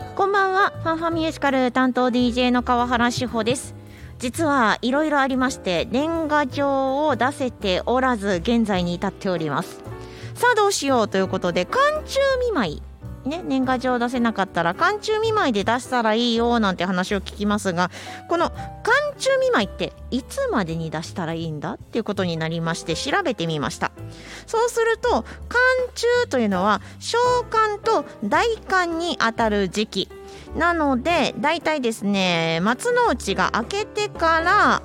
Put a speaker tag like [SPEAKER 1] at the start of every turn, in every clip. [SPEAKER 1] ファンファミュージカル担当 DJ の川原志保です実はいろいろありまして年賀状を出せておらず現在に至っておりますさあどうしようということで寒中見舞いね、年賀状を出せなかったら寒中見舞いで出したらいいよなんて話を聞きますがこの寒中見舞いっていつまでに出したらいいんだっていうことになりまして調べてみましたそうすると寒中というのは小寒と大寒にあたる時期なのでだいたいですね松の内が明けてから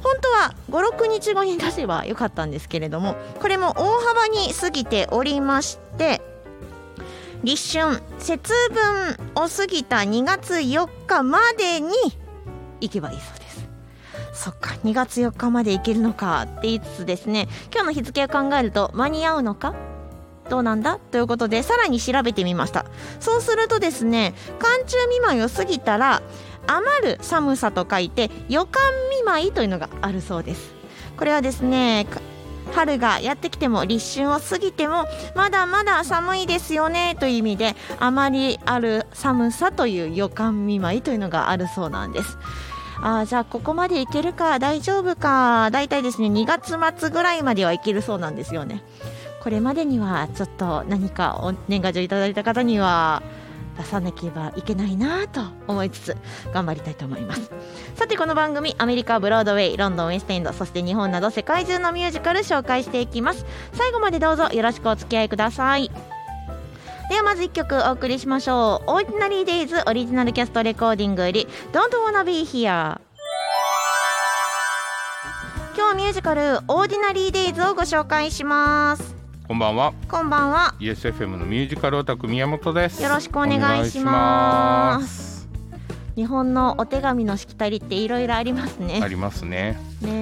[SPEAKER 1] 本当は56日後に出せばよかったんですけれどもこれも大幅に過ぎておりまして立春節分を過ぎた2月4日までに行けばいいそうですそっか2月4日まで行けるのかって言いつつですね今日の日付を考えると間に合うのかどうなんだということでさらに調べてみましたそうするとですね寒中見舞いを過ぎたら余る寒さと書いて予感見舞いというのがあるそうですこれはですね春がやってきても立春を過ぎてもまだまだ寒いですよねという意味であまりある寒さという予感見舞いというのがあるそうなんですあじゃあここまでいけるか大丈夫かだいたいですね2月末ぐらいまではいけるそうなんですよねこれまでにはちょっと何かお年賀状いただいた方には出さなければいけないなと思いつつ頑張りたいと思いますさてこの番組アメリカブロードウェイロンドンウェストエンドそして日本など世界中のミュージカル紹介していきます最後までどうぞよろしくお付き合いくださいではまず1曲お送りしましょう「オーディナリー・デイズ」オリジナルキャストレコーディングより「Don't Wanna Be Here」今日ミュージカル「オーディナリー・デイズ」をご紹介します
[SPEAKER 2] こんばんは。
[SPEAKER 1] こんばんは
[SPEAKER 2] ESFM のミュージカルオタク宮本です。
[SPEAKER 1] よろしくお願いします。日本のお手紙のしきたりっていろいろあります
[SPEAKER 2] お願いしますあ
[SPEAKER 1] ね。
[SPEAKER 2] りますね。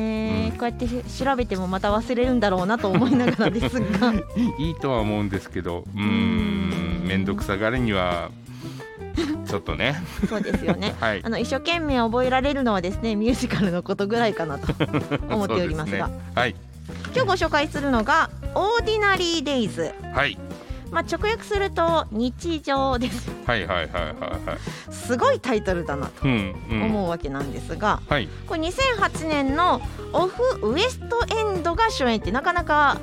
[SPEAKER 1] ねえ、
[SPEAKER 2] うん
[SPEAKER 1] こうやって調べてもまた忘れるんだろうなと思いながらです が、
[SPEAKER 2] いいとは思うんですけど、うーん、面倒くさがりにはちょっとね。
[SPEAKER 1] そうですよね。
[SPEAKER 2] はい
[SPEAKER 1] あ。の一生懸命覚えられるのはですねミュージカルのことぐらいかなと 思っておりますが
[SPEAKER 2] そうでねはい
[SPEAKER 1] 今日ご紹介するのが「オーディナリー・デイズ
[SPEAKER 2] はい」
[SPEAKER 1] まあ、直訳すると「日常」です
[SPEAKER 2] はいはいはいはいはい。
[SPEAKER 1] すごいタイトルだなと
[SPEAKER 2] うんうん。
[SPEAKER 1] 思うわけなんですが、
[SPEAKER 2] はい。
[SPEAKER 1] これ2008年のオフウエストエンドが主演ってなかなか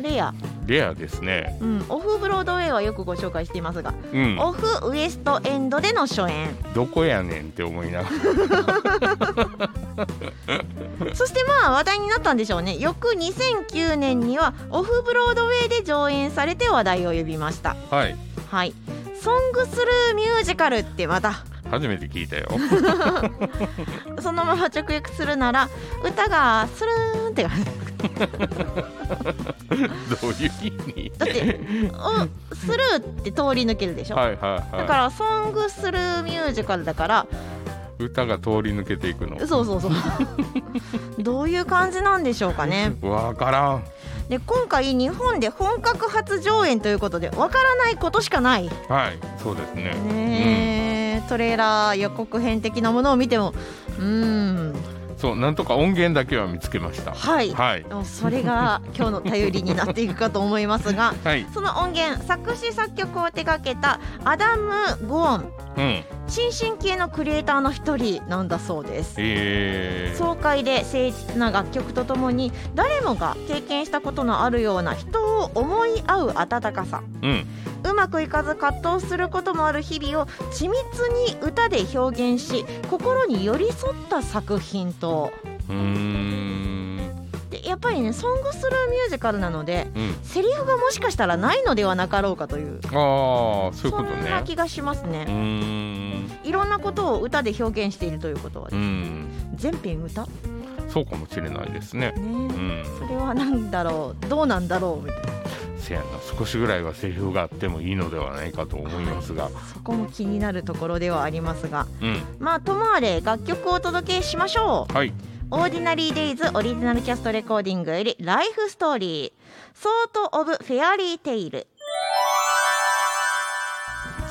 [SPEAKER 1] レア、
[SPEAKER 2] レアですね。
[SPEAKER 1] うん、オフブロードウェイはよくご紹介していますが、
[SPEAKER 2] うん。
[SPEAKER 1] オフウエストエンドでの初演
[SPEAKER 2] どこやねんって思いながら。
[SPEAKER 1] そしてまあ話題になったんでしょうね翌2009年にはオフブロードウェイで上演されて話題を呼びました
[SPEAKER 2] はい。
[SPEAKER 1] はい「ソングスルーミュージカル」ってまた
[SPEAKER 2] 初めて聞 いたよ。
[SPEAKER 1] そのまま直訳するなら歌がスルーンって感じ
[SPEAKER 2] どういう意味？
[SPEAKER 1] だ って「おスルー」って通り抜けるでしょ
[SPEAKER 2] はいはい
[SPEAKER 1] だか
[SPEAKER 2] は
[SPEAKER 1] ら「ソングスルーミュージカル」だから
[SPEAKER 2] い。歌が通り抜けていくの。
[SPEAKER 1] そうそうそう どういう感じなんでしょうかね
[SPEAKER 2] わからん。
[SPEAKER 1] で今回日本で本格初上演ということでわからないことしかない
[SPEAKER 2] はい。そうですね。
[SPEAKER 1] ねえ、トレーラー予告編的なものを見てもうーん
[SPEAKER 2] うん。そうなんとか音源だけは見つけました。
[SPEAKER 1] はい、
[SPEAKER 2] はい。
[SPEAKER 1] もうそれが今日の頼りになっていくかと思いますが
[SPEAKER 2] はい。
[SPEAKER 1] その音源作詞作曲を手掛けたアダム・ゴーン
[SPEAKER 2] うん。
[SPEAKER 1] 新進系のクリエイターの一人なんだそうです
[SPEAKER 2] ええー。
[SPEAKER 1] 爽快で誠実な楽曲とともに誰もが経験したことのあるような人を思い合う温かさ
[SPEAKER 2] うん。
[SPEAKER 1] うまくいかず葛藤することもある日々を緻密に歌で表現し心に寄り添った作品と
[SPEAKER 2] うーん。
[SPEAKER 1] でやっぱりね「ソングスルーミュージカル」なので
[SPEAKER 2] うん。
[SPEAKER 1] セリフがもしかしたらないのではなかろうかという
[SPEAKER 2] ああ、そういうこ
[SPEAKER 1] そ
[SPEAKER 2] と
[SPEAKER 1] ん
[SPEAKER 2] ね
[SPEAKER 1] な。気がします
[SPEAKER 2] うー
[SPEAKER 1] ね
[SPEAKER 2] ん。
[SPEAKER 1] いろんなことを歌で表現しているということは
[SPEAKER 2] う
[SPEAKER 1] ね
[SPEAKER 2] ん。
[SPEAKER 1] 全編歌
[SPEAKER 2] そうかもしれないですね。
[SPEAKER 1] ね
[SPEAKER 2] うん。
[SPEAKER 1] それは何だろうどうなんだろうみたいな
[SPEAKER 2] せやな、少しぐらいはセリフがあってもいいのではないかと思いますが。
[SPEAKER 1] そこも気になるところではありますが
[SPEAKER 2] うん。
[SPEAKER 1] まあともあれ楽曲をお届けしましょう
[SPEAKER 2] はい。
[SPEAKER 1] オーディナリー・デイズオリジナルキャストレコーディングより「ライフストーリー」「ソート・オブ・フェアリー・テイル」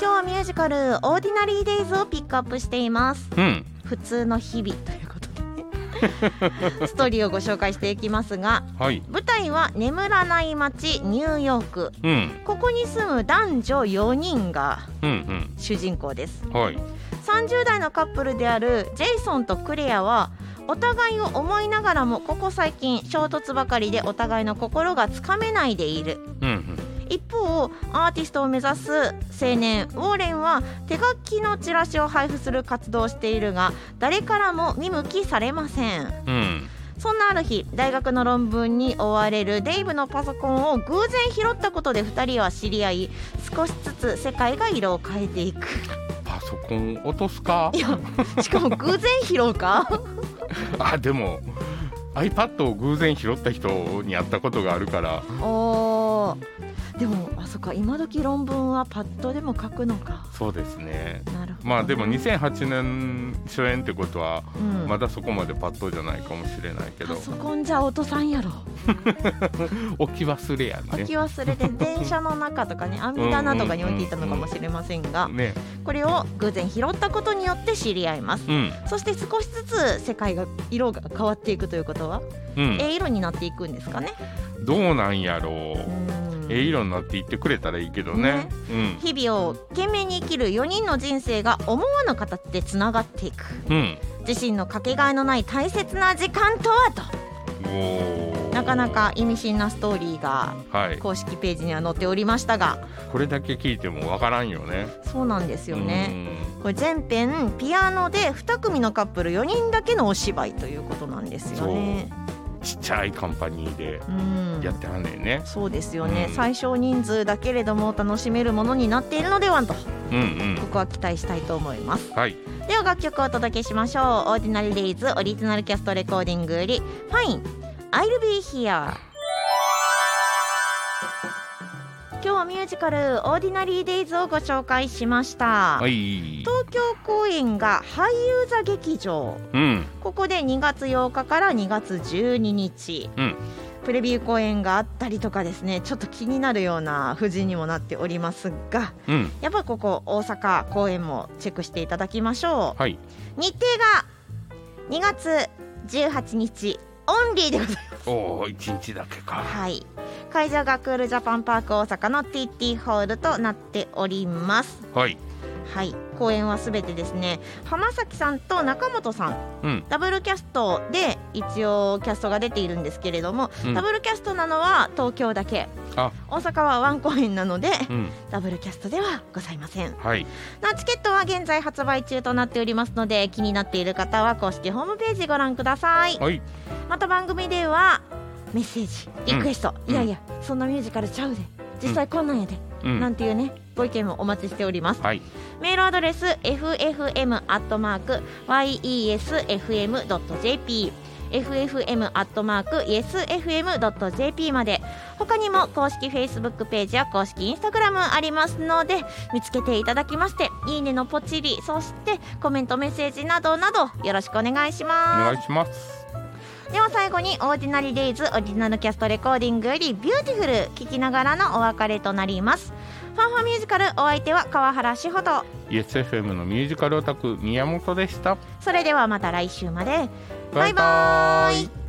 [SPEAKER 1] 今日はミュージカル「オーディナリー・デイズ」をピックアップしています
[SPEAKER 2] うん。
[SPEAKER 1] 普通の日々ということでね ストーリーをご紹介していきますが
[SPEAKER 2] はい
[SPEAKER 1] 舞台は眠らない街ニューヨーク
[SPEAKER 2] うん
[SPEAKER 1] ここに住む男女4人が
[SPEAKER 2] うん
[SPEAKER 1] 主人公です
[SPEAKER 2] うんはい
[SPEAKER 1] 30代のカップルであるジェイソンとクレアはお互いを思いながらもここ最近衝突ばかりでお互いの心がつかめないでいる
[SPEAKER 2] うん
[SPEAKER 1] 一方アーティストを目指す青年ウォーレンは手書きのチラシを配布する活動をしているが誰からも見向きされません
[SPEAKER 2] うんうん
[SPEAKER 1] そんなある日大学の論文に追われるデイブのパソコンを偶然拾ったことで2人は知り合い少しずつ世界が色を変えていく
[SPEAKER 2] パソコン落とすか
[SPEAKER 1] いやしかも偶然拾うか
[SPEAKER 2] あでも iPad を偶然拾った人に会ったことがあるから
[SPEAKER 1] おーでもあそっか今時論文はパッドでも書くのか
[SPEAKER 2] そうですね
[SPEAKER 1] なるほど
[SPEAKER 2] まあでも2008年初演ってことは
[SPEAKER 1] うん
[SPEAKER 2] まだそこまでパッとじゃないかもしれないけ
[SPEAKER 1] パ
[SPEAKER 2] ど
[SPEAKER 1] ソコンじゃ落とさんやろ
[SPEAKER 2] 置き忘れや
[SPEAKER 1] 置き
[SPEAKER 2] ね
[SPEAKER 1] 忘れて電車の中とかね網棚とかに置いていたのかもしれませんが
[SPEAKER 2] ね
[SPEAKER 1] これを偶然拾ったことによって知り合います
[SPEAKER 2] うん
[SPEAKER 1] そして少しずつ世界が色が変わっていくということは
[SPEAKER 2] うん
[SPEAKER 1] え色になっていくんですかね
[SPEAKER 2] どうなんやろ
[SPEAKER 1] う
[SPEAKER 2] うんええ色になっていってくれたらいいけどね
[SPEAKER 1] ね日々を懸命に生きる4人の人生が思わぬ形でつながっていく
[SPEAKER 2] うん
[SPEAKER 1] 自身のかけがえのない大切な時間とはと
[SPEAKER 2] うんおー
[SPEAKER 1] なかなか意味深なストーリーが
[SPEAKER 2] はい
[SPEAKER 1] 公式ページには載っておりましたが
[SPEAKER 2] これだけ聞いてもわからんよね
[SPEAKER 1] そうなんですよね。
[SPEAKER 2] うん
[SPEAKER 1] これ全編ピアノで2組のカップル4人だけのお芝居ということなんですよね。
[SPEAKER 2] ちっちゃいカンパニーで
[SPEAKER 1] うん
[SPEAKER 2] やってはんねんね
[SPEAKER 1] そうですよね、
[SPEAKER 2] うん
[SPEAKER 1] 最小人数だけれども楽しめるものになっているのではとこ
[SPEAKER 2] うんうん
[SPEAKER 1] こは期待したいと思います
[SPEAKER 2] はい
[SPEAKER 1] では楽曲をお届けしましょうオーディナリーデイズオリジナルキャストレコーディングより「ファイン I'll be here」今日はミュージカル「オーディナリーデイズをご紹介しました、
[SPEAKER 2] はい
[SPEAKER 1] 東京公演が俳優座劇場
[SPEAKER 2] うん
[SPEAKER 1] ここで2月8日から2月12日、
[SPEAKER 2] うん
[SPEAKER 1] プレビュー公演があったりとかですねちょっと気になるような布陣にもなっておりますが
[SPEAKER 2] うん
[SPEAKER 1] やっぱりここ大阪公演もチェックしていただきましょ
[SPEAKER 2] はいう
[SPEAKER 1] 日程が2月18日オンリーでございます
[SPEAKER 2] おお一日だけか
[SPEAKER 1] はい会場がクールジャパンパーク大阪の TT ホールとなっております
[SPEAKER 2] はい
[SPEAKER 1] はい公演はすべてですね浜崎さんと中本さん
[SPEAKER 2] うん
[SPEAKER 1] ダブルキャストで一応キャストが出ているんですけれども、
[SPEAKER 2] うん
[SPEAKER 1] ダブルキャストなのは東京だけ
[SPEAKER 2] あ
[SPEAKER 1] 大阪はワン公演なので、
[SPEAKER 2] うん
[SPEAKER 1] ダブルキャストではございません
[SPEAKER 2] はい
[SPEAKER 1] なチケットは現在発売中となっておりますので気になっている方は公式ホームページご覧ください
[SPEAKER 2] はい
[SPEAKER 1] また番組ではメッセージリクエスト、
[SPEAKER 2] う
[SPEAKER 1] い
[SPEAKER 2] ん
[SPEAKER 1] やいやそんなミュージカルちゃうで実際こんなんやで、
[SPEAKER 2] う
[SPEAKER 1] なん
[SPEAKER 2] ん
[SPEAKER 1] ていうねご意見もお待ちしております
[SPEAKER 2] はい
[SPEAKER 1] メールアドレス ffm.yesfm.jp ffm.yesfm.jp まで他にも公式 Facebook ページや公式 Instagram ありますので見つけていただきましていいねのポチリそしてコメントメッセージなどなどよろしくお願いし
[SPEAKER 2] お
[SPEAKER 1] ま
[SPEAKER 2] 願いします
[SPEAKER 1] すでは最後に「オーディナリーデイズオリジナルキャストレコーディングより「ビューティフル聞きながらのお別れとなりますファンファミュージカルお相手は川原志穂と
[SPEAKER 2] YesFM のミュージカルオタク宮本でした
[SPEAKER 1] それではまた来週まで。バイバ
[SPEAKER 2] バイバ
[SPEAKER 1] ー
[SPEAKER 2] ー
[SPEAKER 1] イ
[SPEAKER 2] イ